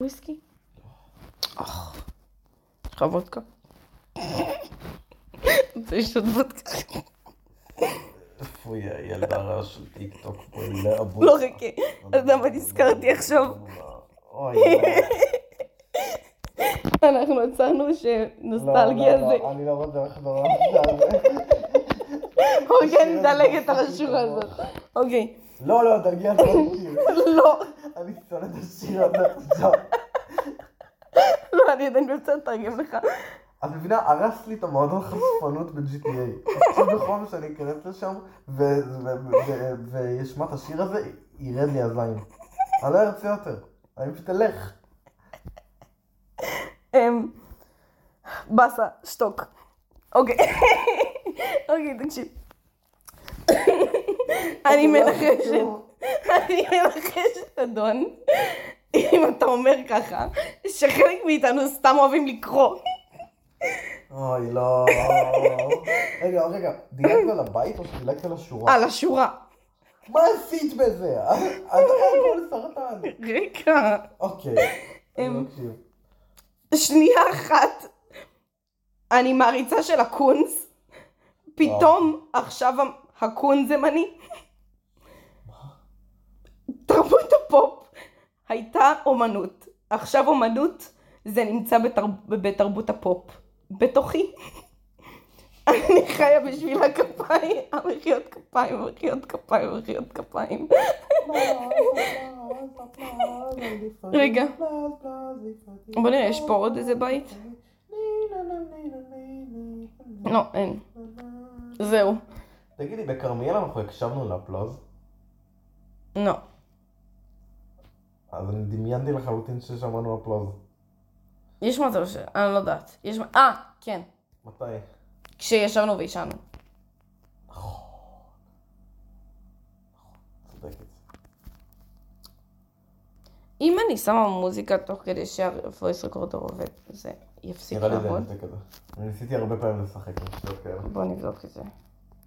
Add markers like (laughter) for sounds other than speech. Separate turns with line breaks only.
וויסקי? יש לך (laughs) וודקה? רוצה לשתות וודקה?
איפה היא הילדה הרעה של טיק טוק פה, היא לא הבוס.
לא, חכה. אתה יודע מה נזכרתי עכשיו?
אוי, לא,
אנחנו עצרנו שנוסטלגיה זה...
אני לא רוצה לא ללכת לעולם הזה.
אוקיי, נדלגת על השורה הזאת. אוקיי.
לא, לא, תרגיע את השיר.
לא,
אני שונא את השיר הזה עכשיו.
לא, אני עדיין רוצה לתרגם לך.
את מבינה, הרס לי את המועדון חשפנות ב-GTA. עכשיו בכל פעם שאני אכנס לשם ו- ו- ו- ו- ואשמע את השיר הזה, ירד לי הזין. אני לא ארצה יותר. אני פשוט אלך.
אמ, באסה, שתוק. אוקיי. אוקיי, תקשיב. אני
לא.
מנחשת, אני מנחשת, אדון, אם אתה אומר ככה, שחלק מאיתנו סתם אוהבים לקרוא.
אוי, לא. רגע, רגע, דילגת על הבית או שדילגת על השורה?
על השורה.
מה עשית בזה? אה? את אכלת סרטן.
רגע.
אוקיי.
אמ.
אני מקשיב.
שנייה אחת, אני מעריצה של הקונס, פתאום עכשיו הקונס הם אני. תרבות הפופ הייתה אומנות, עכשיו אומנות זה נמצא בתר... בתרבות הפופ, בתוכי. אני חיה בשביל הכפיים, המחיאות כפיים, המחיאות כפיים, המחיאות כפיים. רגע. בוא נראה, יש פה עוד איזה בית? לא, אין. זהו.
תגידי, בכרמיאל אנחנו הקשבנו לפלוז,
לא.
אז אני דמיינתי לחלוטין ששמענו הפלוז.
יש מצב ש... אני לא יודעת. יש... מ- אה, כן.
מתי?
כשישבנו ועישנו.
צודקת.
אם אני שמה מוזיקה תוך כדי שהפויס רקורדר עובד, זה יפסיק
נראה לי זה
לעבוד.
נושא כזה. אני ניסיתי הרבה פעמים לשחק עם שטויות כאלה.
בואו נבדוק את זה.